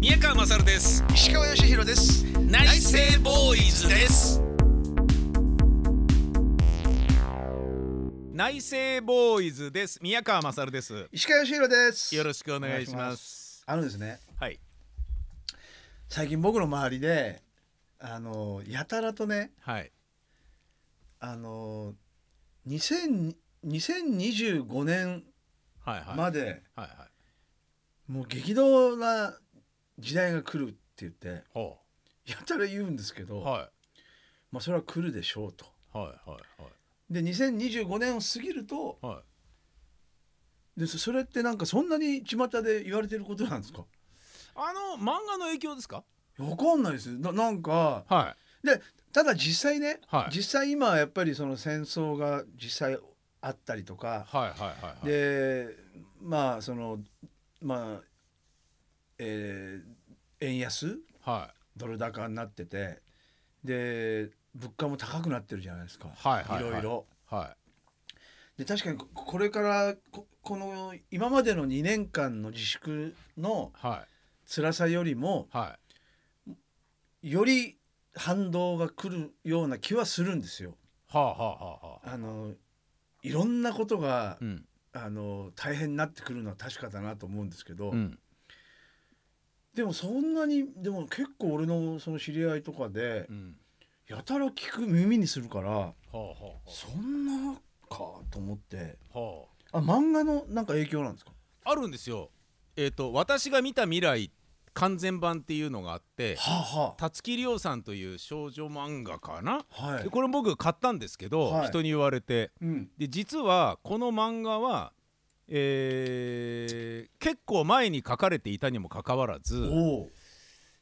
宮川勝です石川義弘です内政ボーイズです内政ボーイズです宮川勝です石川義弘ですよろしくお願いしお願まいしますあのですねはい最近僕の周りであのやたらとねはいあの2000 2025年はいはい、まで、はいはいもう激動な時代が来るって言ってほやたら言うんですけど、うはいまあそれは来るでしょうとはいはいで2025年を過ぎるとはいはいでそそれってなんかそんなに巷で言われてることなんですかあの漫画の影響ですかわかんないですななんかはただ実際ね、はい実際今はやっぱりその戦争が実際あったりといか、はいはいはいはいでまあそのまあえー円安はいドル高になっててで物価も高くなってるじゃないですか、はいはいはいろいろ。はで確かにここれからここの今までの2年間の自粛のいはい辛さよりもはより反動が来るような気はするんですよ。いはあはあはあはああのいろんなことが、うんあの大変になってくるのは確かだなと思うんですけど、うんでもそんなにでも結構俺のその知り合いとかでうんやたら聞く耳にするからはあはあはあそんなかと思ってはああ漫画のなんか影響なんですかあるんですよ。えっ、と私が見た未来完全版っていうのがあって、はあ、はたつきりょうさんという少女漫画かな。あ、はでこれ僕買ったんですけど、はい人に言われて、うん、で実はこの漫画は、えー結構前に書かれていたにもかかわらおず、お、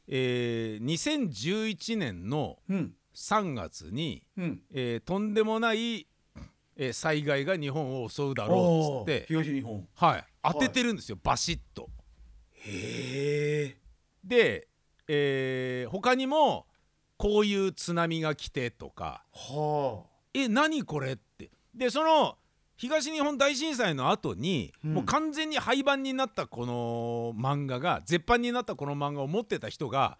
えー2011年のうん3月に、うん、えーとんでもない、えー災害が日本を襲うだおろうっつおって、東日本はい、当ててるんですよ、バシッと。へえで、えー他にもこういう津波が来てとかは「え何これ?」ってでその東日本大震災の後に、うんもう完全に廃盤になったこの漫画が絶版になったこの漫画を持ってた人が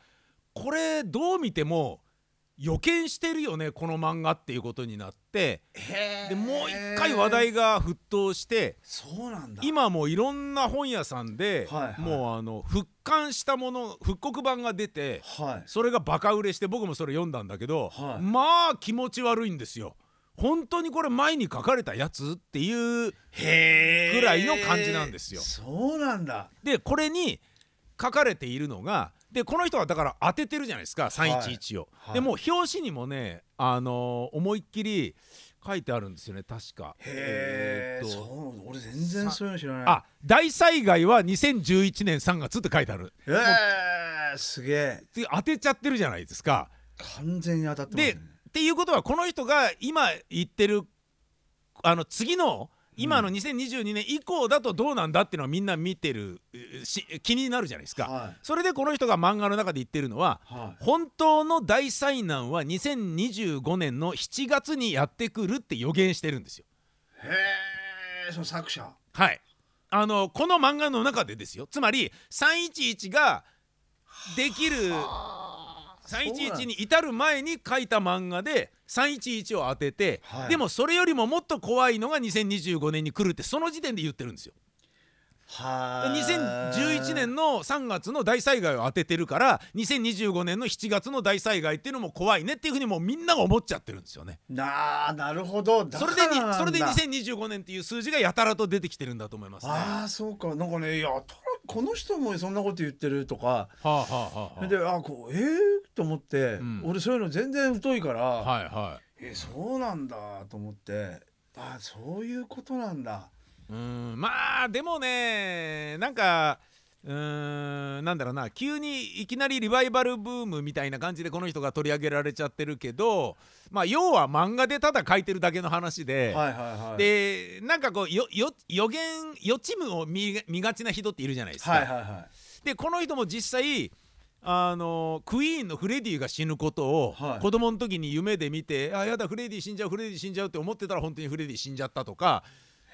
これどう見ても予見してるよねこの漫画っていうことになってあへえでもう一回話題が沸騰してそうなんだ今もういろんな本屋さんで、はいはいもうあの復刊したもの復刻版が出てはいそれがバカ売れして僕もそれ読んだんだけど、はいまあ気持ち悪いんですよ。本当にこれ前に書かれたやつっていうへぐらいの感じなんですよそうなんだでこれに書かれているのがでこの人はだから当ててるじゃないですか311を。はいでもう表紙にもね、あのー思いっきり書いてあるんですよね確か。へええーっとそう俺全然そういうの知らないあ大災害は2011年3月って書いてある。えー、すげえで当てちゃってるじゃないですか。完全に当たってますでねっていうことはこの人が今言ってるあの次の今の2022年以降だとどうなんだっていうのはみんな見てるえし気になるじゃないですか。はそれでこの人が漫画の中で言ってるのはいはい本当の大災難は2025年の7月にやってくるって予言してるんですよ。へえその作者はい、あのこの漫画の中でですよつまり311ができる311に至る前に書いた漫画で311を当てて、はいでもそれよりももっと怖いのが2025年に来るってその時点で言ってるんですよ。はー2011年の3月の大災害を当ててるから2025年の7月の大災害っていうのも怖いねっていうふうにもうみんなが思っちゃってるんですよね。なあなるほどだそかれでらになんだそれで2025年っていう数字がやたらと出てきてるんだと思いますね。ああそうかなんかねいやたこの人もそんなこと言ってるとかはあはあはあはあであこうええと思って、ん俺そういうの全然疎いから、はいはえそうなんだと思ってああそういうことなんだい。うーんまあでもねなんかうーんなんだろうな急にいきなりリバイバルブームみたいな感じでこの人が取り上げられちゃってるけどまあ要は漫画でただ書いてるだけの話で。はいはいはいでなんかこうよよ予言予知夢を見が見がちな人っているじゃないですか。はいはいはいでこの人も実際あのクイーンのフレディが死ぬことをはい子供の時に夢で見て、あやだフレディ死んじゃうフレディ死んじゃうって思ってたら本当にフレディ死んじゃったとか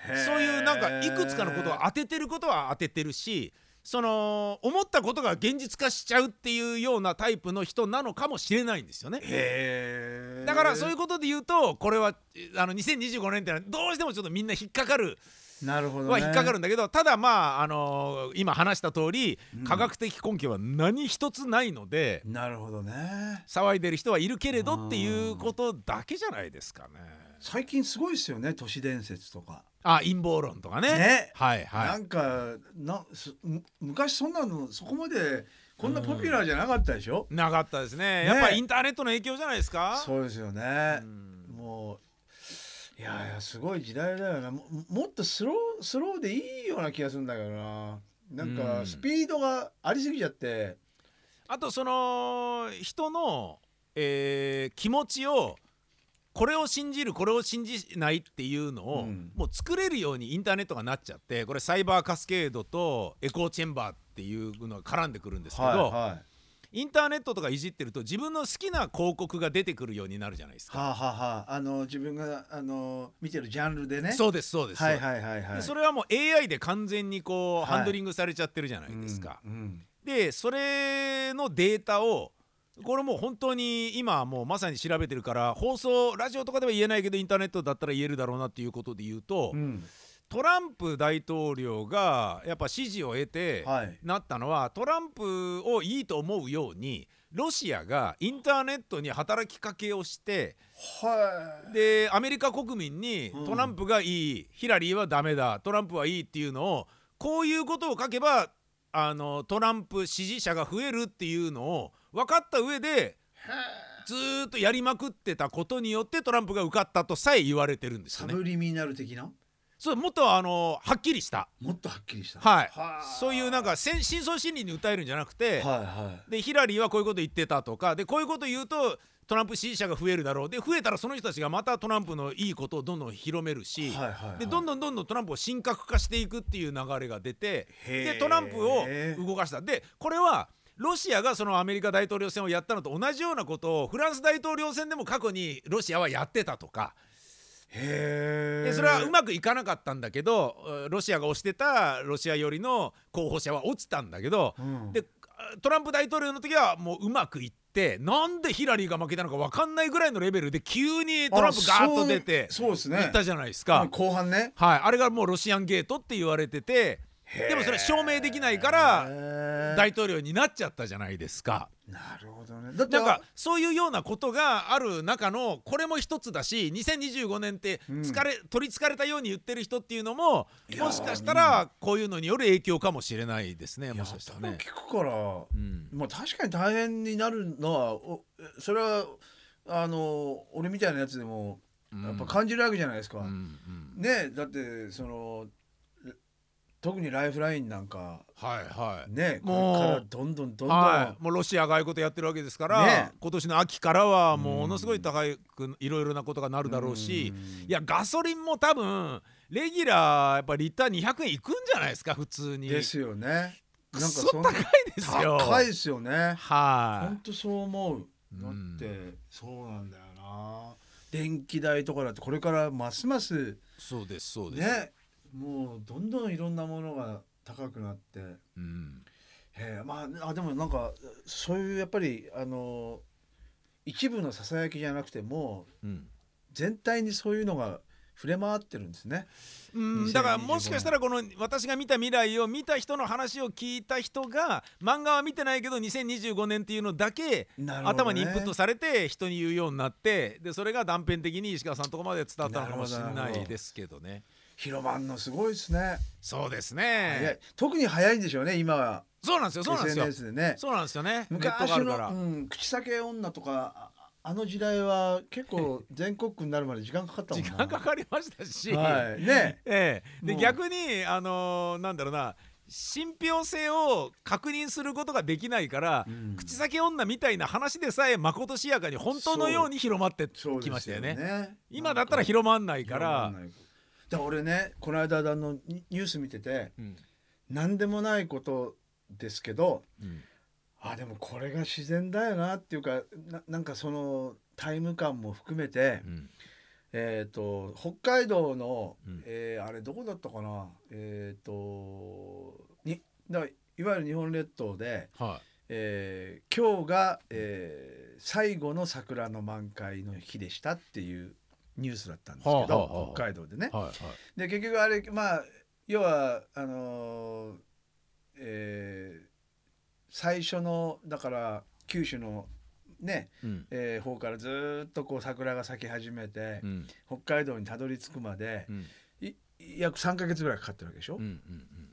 へーそういうなんかいくつかのことを当ててることは当ててるしその思ったことが現実化しちゃうっていうようなタイプの人なのかもしれないんですよね。へえだからそういうことで言うとこれはあの2025年ってのはどうしてもちょっとみんな引っかかるなるほど、ね、は引っかかるんだけどただまああの今話した通りうん科学的根拠は何一つないのでなるほどね騒いでる人はいるけれどっていうことだけじゃないですかね。最近すごいですよね都市伝説とかあ陰謀論とかね。ねはいはい。なんかなすむ昔そんなのそこまでこんなポピュラーじゃなかったでしょ、なかったですねねやっぱインターネットの影響じゃないですかそうですようね、んもういやいやすごい時代だよなももっとスロースローでいいような気がするんだけどななんうんかスピードがありすぎちゃって、あとその人の、えー気持ちをこれを信じるこれを信じないっていうのを、うんもう作れるようにインターネットがなっちゃってこれサイバーカスケードとエコーチェンバーっていうのが絡んでくるんですけど、はいはいインターネットとかいじってると自分の好きな広告が出てくるようになるじゃないですか。はあ、はあはあ、あの自分があの見てるジャンルでねそうですそうです、はいはいはいはでいそれはもう AI で完全にこう、はいハンドリングされちゃってるじゃないですか。うんうんでそれのデータをこれもう本当に今もうまさに調べてるから放送ラジオとかでは言えないけどインターネットだったら言えるだろうなっていうことで言うと、うんトランプ大統領がやっぱ支持を得てはいなったのは、トランプをいいと思うようにロシアがインターネットに働きかけをしてはいでアメリカ国民にうんトランプがいい、ヒラリーはダメだトランプはいいっていうのをこういうことを書けばあのトランプ支持者が増えるっていうのを分かった上でずーっとやりまくってたことによってトランプが受かったとさえ言われてるんですサよね。ブリミナル的なそうもっとあのはっきりした、もっとはっきりしたはいはあそういうなんかせん深層心理に歌えるんじゃなくて、はいはいでヒラリーはこういうこと言ってたとかでこういうこと言うとトランプ支持者が増えるだろうで増えたらその人たちがまたトランプのいいことをどんどん広めるし、はいはいはいでどんどんどんどんトランプを神格化していくっていう流れが出てへーでトランプを動かしたでこれはロシアがそのアメリカ大統領選をやったのと同じようなことをフランス大統領選でも過去にロシアはやってたとかへえでそれはうまくいかなかったんだけどうんロシアが推してたロシア寄りの候補者は落ちたんだけどうんでトランプ大統領の時はもううまくいってなんでヒラリーが負けたのか分かんないぐらいのレベルで急にトランプガーッと出てあそうそうですいねったじゃないですか。後半ねはい、あれがもうロシアンゲートって言われててでもそれ証明できないからら大統領になっちゃったじゃないですか。なるほどねだってなんかそういうようなことがある中のこれも一つだし2025年ってうん疲れ、取りつかれたように言ってる人っていうのもいやーもしかしたらこういうのによる影響かもしれないですねいやもしかしたらね。多分聞くからうんまあ確かに大変になるのはおそれはあの俺みたいなやつでもやっぱ感じるわけじゃないですか。うんうんねだってそのえ特にライフラインなんかはいはい。ねもうこれからどんどんどんどん、はい、もうロシアがああいうことやってるわけですから、ね今年の秋からはものすごい高くいろいろなことがなるだろうし、ういんやガソリンも多分レギュラーやっぱリッター200円いくんじゃないですか普通に。ですよね。くっそん高いですよ。高いですよね。は本当そう思う。だうんって、そうなんだよな。電気代とかだってこれからますますい。そうですそうです。ねもうどんどんいろんなものが高くなってうん。へえまああでもなんかそういうやっぱりあの一部のささやきじゃなくてもううん。全体にそういうのが触れ回ってるんですね。うん、だからもしかしたらこの私が見た未来を見た人の話を聞いた人が漫画は見てないけど2025年っていうのだけなるほど頭ねにインプットされて人に言うようになってでそれが断片的に石川さんのとこまで伝わったのかもしれななるほいどですけどね広まんのすごいですね。そうです早いね特に早いんでしょうね今はそうなんですよそうなんですよ SNS でね。そうなんですよねネットがあ昔るからの、うん、口裂け女とかああの時代は結 構全国区になるまで時間かかったも時んな。間かかりましたし、はいね。 ええ、でもう逆にあのーなんだろうな信憑性を確認することができないから、うん口先女みたいな話でさえまことしやかに本当のように広まってそうきましたよねね今だったら広まんないかわらんないだから俺ねこの間あのニニュース見ててうん何でもないことですけどうんあでもこれが自然だよなっていうかななんかそのタイム感も含めて、うんえっ、と北海道の、うんえーあれどこだったかなえっ、とにだからいわゆる日本列島で、はえー今日が、えー最後の桜の満開の日でしたっていうニュースだったんですけど、はあはあはあ北海道でね。いはいはいで結局あれまあ要はあのーえー最初のだから九州のね、うんえー方からずーっとこう桜が咲き始めて、うん北海道にたどり着くまでう、んい約3か月ぐらいかかってるわけでしょ。うん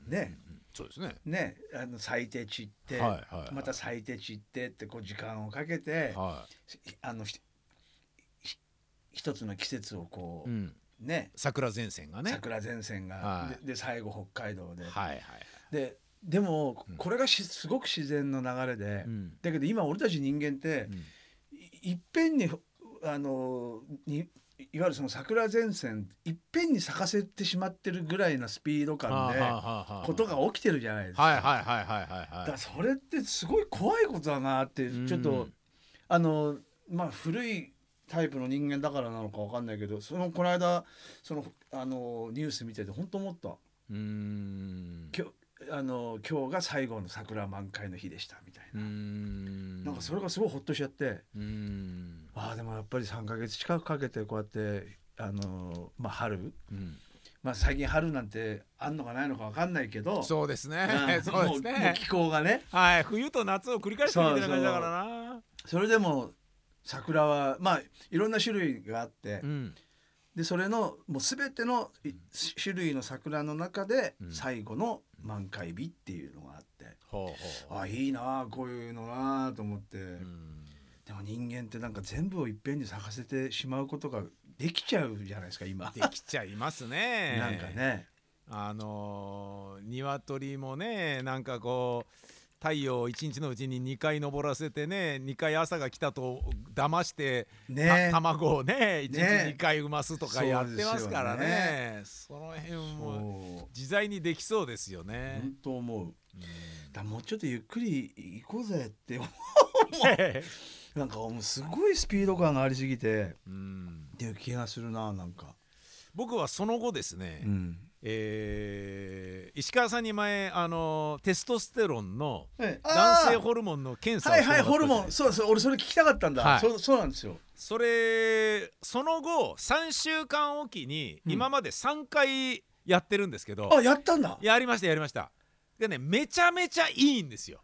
うんねうんそうですねねあの最低地行って、はいはいはいまた最低地行ってってこう時間をかけて、はひあのひひ一つの季節をこ、いううんね桜前線がね桜前線が、はいでで最後北海道で、はいはいででもうんこれがしすごく自然の流れで、うんだけど今俺たち人間ってう、んいいっぺんにあのにいわゆるその桜前線いっぺんに咲かせてしまってるぐらいのスピード感はあではあはあはあことが起きてるじゃないですか。はいはいはいはいはいだかはらそれってすごい怖いことだなってうんちょっと、あのまあ古いタイプの人間だからなのかわかんないけどそのこの間そのあのニュース見てて本当思ったいうーん今日あの今日が最後の桜満開の日でしたみたいうーな、んなんかそれがすごいほっとしちゃってうーんああでもやっぱり3ヶ月近くかけてこうやってあの、まあ、春、うんまあ、最近春なんてあんのかないのかわかんないけどそうですうね んそうですもうもうね気候がねはい冬と夏を繰り返してるみたいな感じだからなそれでも桜はまあいろんな種類があって、うんでそれのもう全てのい種類の桜の中でうん最後の満開日っていうのがあって、ほうほうあいいなあこういうのなあと思って、うんでも人間ってなんか全部をいっぺんに咲かせてしまうことができちゃうじゃないですか今。できちゃいます ねなんかね。あのー、鶏もねなんかこう太陽を一日のうちに2回昇らせてね2回朝が来たと騙して、たね卵をね1日ね2回産ますとかやってますからねその辺もそう自在にできそうですよね本。当思う。だもうちょっとゆっくり行こうぜって思う なんかもうすごいスピード感がありすぎて うんうんっていう気がするなあなんか。僕はその後ですね、うん。えー石川さんに前、あのーテストステロンのはいあー男性ホルモンの検査をはしいてもはらいったじホゃないですかルモンそうそう俺それ聞きたかったんだ、はいそうそうなんですよそれその後3週間おきにうん今まで3回やってるんですけど、あやったんだやりましたやりましたでねめちゃめちゃいいんですよ、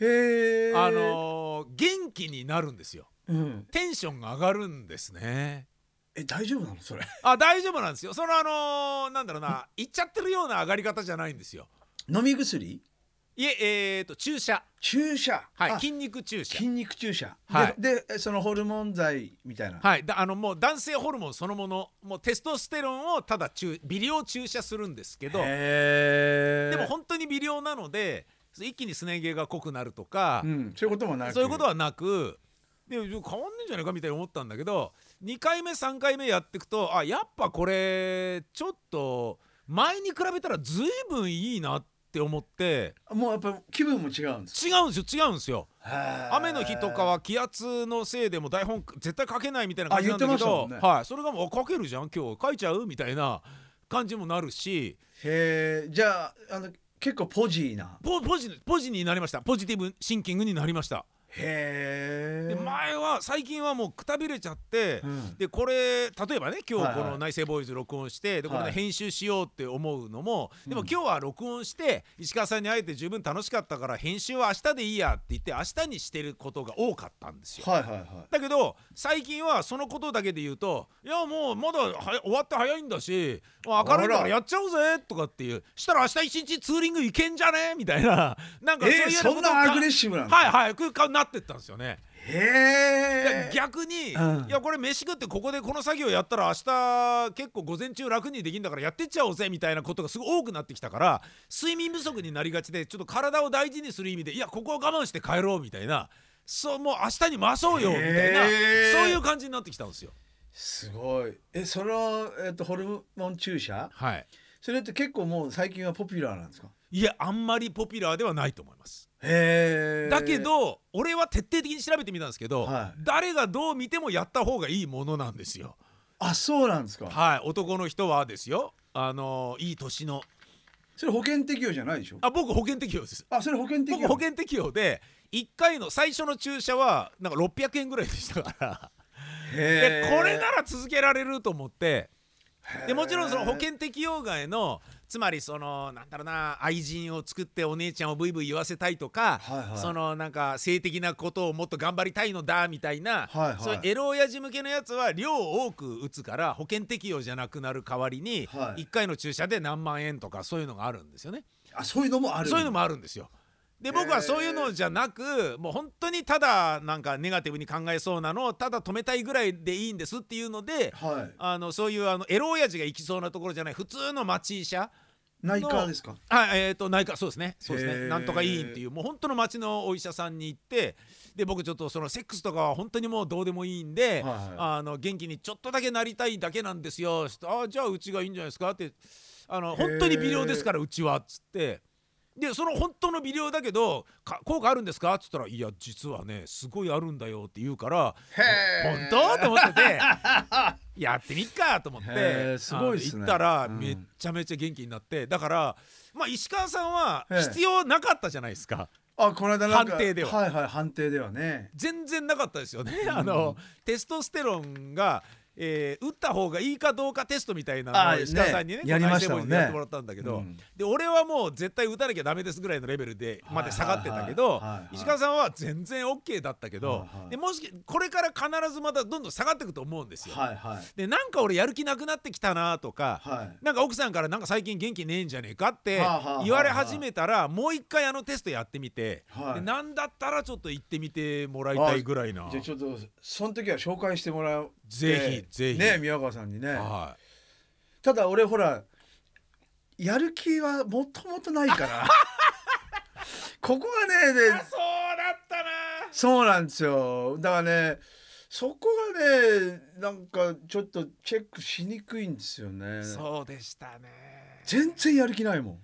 へえあのー元気になるんですようんテンションが上がるんですねえ大丈夫なのそれ あ大丈夫なんですよそのあのーなんだろうな言っちゃってるような上がり方じゃないんですよ飲み薬いええー、と注射注射はいあ筋肉注射筋肉注射はいででえそのホルモン剤みたいなはいだあのもう男性ホルモンそのものもうテストステロンをただ注微量注射するんですけどへえでも本当に微量なので一気にすね毛が濃くなるとかう、んそういうこともなくそういうことはなくで変わんねえんじゃないかみたいに思ったんだけど2回目3回目やっていくとあやっぱこれちょっと前に比べたら随分いいなって思ってもうやっぱ気分も違うんです違うんですよ違うんですよ。雨雨の日とかは気圧のせいでもう台本絶対書けないみたいな感じなんだあけ言ってましたど、もんねはい、それがもうあ書けるじゃん今日書いちゃうみたいな感じもなるしへえじゃああの結構ポジーなポポジポジになりましたポジティブシンキングになりました。へえで前は最近はもうくたびれちゃって、うんでこれ例えばね今は日いはこいの「内政ボーイズ」録音してでこれはでい編集しようって思うのも、でもうん今日は録音して石川さんに会えて十分楽しかったから編集は明日でいいやって言って明日にしてることが多かったんですよ。はいはいはだけど最近はそのことだけで言うと「いやもうまだは終わって早いんだしもう明るいかあららやっちゃおうぜ」とかっていうしたら明日一日ツーリング行けんじゃねみたいななんかいそういうよえうー、なそこんとをなかアグレッシブなんだはいはい空間になってったんですよね。へえ逆に、うんいやこれ飯食ってここでこの作業やったら明日結構午前中楽にできんだからやってっちゃおうぜみたいなことがすごい多くなってきたから睡眠不足になりがちでちょっと体を大事にする意味でいやここは我慢して帰ろうみたいなそうもう明日に回そうよみたいなへーそういう感じになってきたんですよ。すごいえその、えっとホルモン注射はい、それって結構もう最近はポピュラーなんですかいやあんまりポピュラーではないと思います。へえだけど俺は徹底的に調べてみたんですけど、はい誰がどう見てもやった方がいいものなんですよ。あそうなんですかはい、男の人はですよ。あのいい年のそれ保険適用じゃないでしょあ僕保険適用ですあそれ保険適僕用保険適用で1回の最初の注射はなんか600円ぐらいでしたからへでーこれなら続けられると思ってへーでもちろんその保険適用外のつまりそのなんだろうな愛人を作ってお姉ちゃんをブイブイ言わせたいとか、はいはいそのなんか性的なことをもっと頑張りたいのだみたいな、はいはいそういうエロ親父向けのやつは量を多く打つから保険適用じゃなくなる代わりに、はい1回の注射で何万円とかそういうのがあるんですよね。あそういうのもあるそういうのもあるんですよ。で僕はそういうのじゃなくもう本当にただなんかネガティブに考えそうなのをただ止めたいぐらいでいいんですっていうのではいあのそういうあのエロ親父が行きそうなところじゃない普通の町医者内科ですかあえっ、と内科そうですねそうですへねーなんとかいいっていうもう本当の町のお医者さんに行ってで僕ちょっとそのセックスとかは本当にもうどうでもいいんで、はいはいあの元気にちょっとだけなりたいだけなんですよつってあじゃあうちがいいんじゃないですかってあの本当に微量ですからうちはっつって。でその本当の微量だけどか効果あるんですかっつったら「いや実はねすごいあるんだよ」って言うから「へ本ー当?」と思って てやってみっかと思ってへーすごいっすあねの行ったらうんめっちゃめちゃ元気になって、だから、まあ、石川さんはええ必要なかったじゃないですかあこの間なんか判定でははいはい判定ではね全然なかったですよね、 あのテストステロンが、えー打った方がいいかどうかテストみたいなのあをね石川さんにねやりましたもこの内政ボーイんねズでやってもらったんだけど、うんで俺はもう絶対打たなきゃダメですぐらいのレベルでまで下がってたけはどいはいはいはい石川さんは全然 OK だったけど、はいはいでもしこれから必ずまたどんどん下がっていくと思うんですよ。はいはいでなんか俺やる気なくなってきたなとか、はいなんか奥さんからなんか最近元気ねえんじゃねえかってはあはあはあ言われ始めたらもう一回あのテストやってみて、はいでなんだったらちょっと行ってみてもらいたいぐらいなじゃあちょっとその時は紹介してもらうぜひぜひね宮川さんにねはただ俺ほらやる気はもともとないから ここがねい、であそうだったなそうなんですよだからねそこがねなんかちょっとチェックしにくいんですよねそうでしたね全然やる気ないもん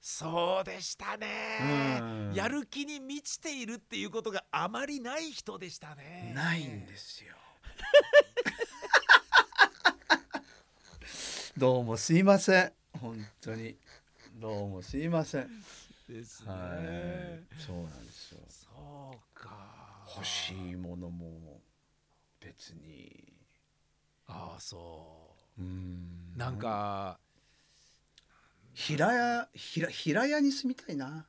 そうでしたねうんやる気に満ちているっていうことがあまりない人でしたねないんですよ どうもすいません本当にどうもすいませんですね、はいそうなんですよそうか欲しいものも別にああそううんなんか、平屋平平屋に住みたい な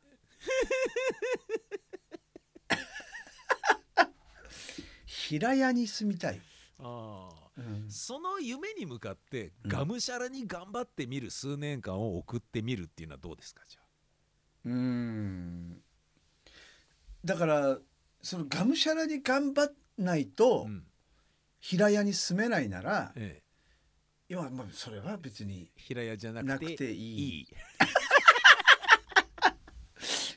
平屋に住みたい、ああうんその夢に向かってがむしゃらに頑張ってみる数年間を送ってみるっていうのはどうですかじゃあうんだからそのがむしゃらに頑張んないとうん平屋に住めないなら、ええ、今まあそれは別に平屋じゃななくてくていいい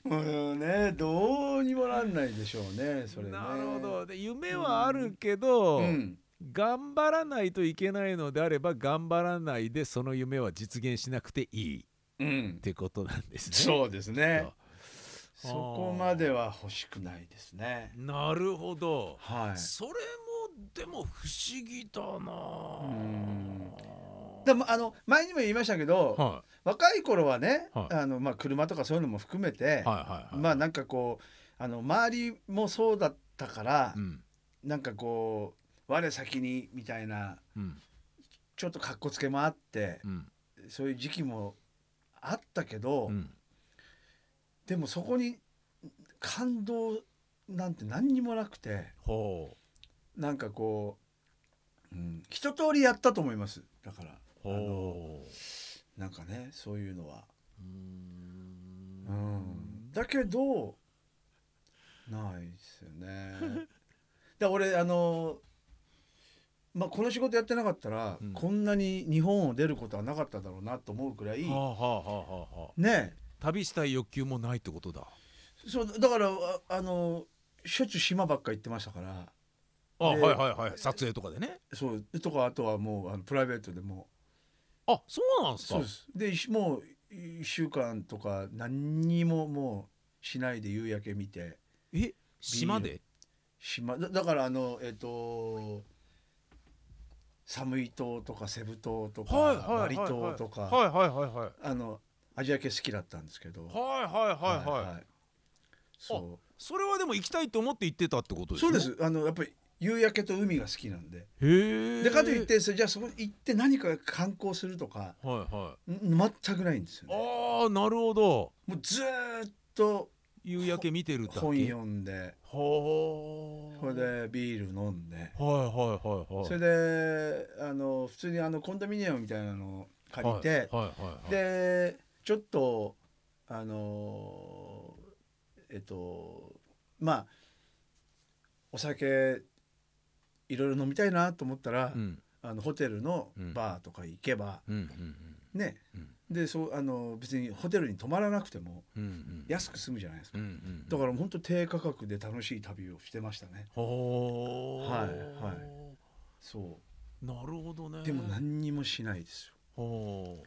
もうねどうにもなんないでしょうねそれね。なるほどで夢はあるけど、うん、頑張らないといけないのであれば頑張らないでその夢は実現しなくていいうんっ、てことなんですね。そうですね。そそうこまでは欲しくないですね。なるほど、はい。それもでも不思議だなあんでもあの前にも言いましたけど、は若い頃はね、はいあのまあ車とかそういうのも含めて、いはいはいはいまあなんかこうあの周りもそうだったから、うんなんかこう我先にみたいなうんちょっとかっこつけもあって、うんそういう時期もあったけど、うんでもそこに感動なんて何にもなくて、ほうなんかこう、うん、一通りやったと思います。だからあのほうなんかねそういうのは。うーんうんだけどないですよ ね。だ俺あのまあこの仕事やってなかったら、うんこんなに日本を出ることはなかっただろうなと思うくらい、はあはあはあはあはあね旅したい欲求もないってことだそうだからああのしょっちゅう島ばっか行ってましたからあではいはいはい撮影とかでねそうとかあとはもうあのプライベートでもあそうなんすかそうですでいしもう1週間とか何にももうしないで夕焼け見てえ島で島だだからあのえっ、と寒い島とかセブ島とか、はいはいはいはいバリ島とか、はいはいはいはいあのアジア系好きだったんですけど。はいはいはいはい、い。そそれはでも行きたいと思って行ってたってことでう。すそねうです。あのやっぱり夕焼けと海が好きなんで。へえでかといってそれじゃあそこ行って何か観光するとかはいはん全くないんですよ、いね。ああなるほどもうずーっと夕焼け見てるだけ本読んで、ほーそれでビール飲んで、はいはいはいはいそれであの普通にあのコンドミニアムみたいなのを借りて、はいはいはいはい、でちょっとあのえっとまあお酒いろいろ飲みたいなと思ったら、うんあのホテルのバーとか行けば、うんうんねうんでそうあの別にホテルに泊まらなくてもうんうん安く済むじゃないですか、うんうんだから本当低価格で楽しい旅をしてましたねほーはいはいそなるほどねうでも何にもしないですほ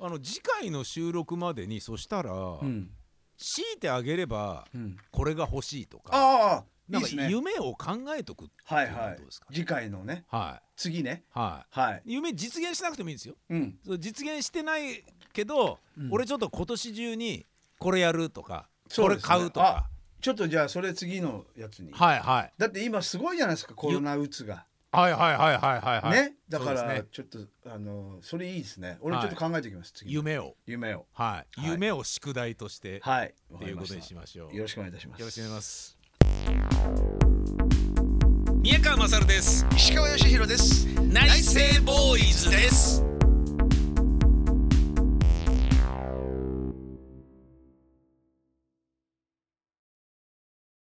ーあの次回の収録までにそしたら、よ、うん強いてあげればうん、これが欲しいとかああいないんかですね夢を考えとくってはいいうのははいどうですか、次回のねはい次ねははいい夢実現しなくてもいいんですようんそう実現してないけど、うん俺ちょっと今年中にこれやるとか、そこうでれすね買うとかちょっとじゃあそれ次のやつにはいはいだって今すごいじゃないですかコロナうつがはいはいはいはいはいはいねだかそうですらねちょっとあのそれいいですね俺ちょっと考えておきます次の夢を夢をはい、はい夢を宿題として、はいわってかいりうまこしとたにしましょうよろしくお願いいたしますよろしくお願いします宮川勝です石川義弘です内政ボーイズです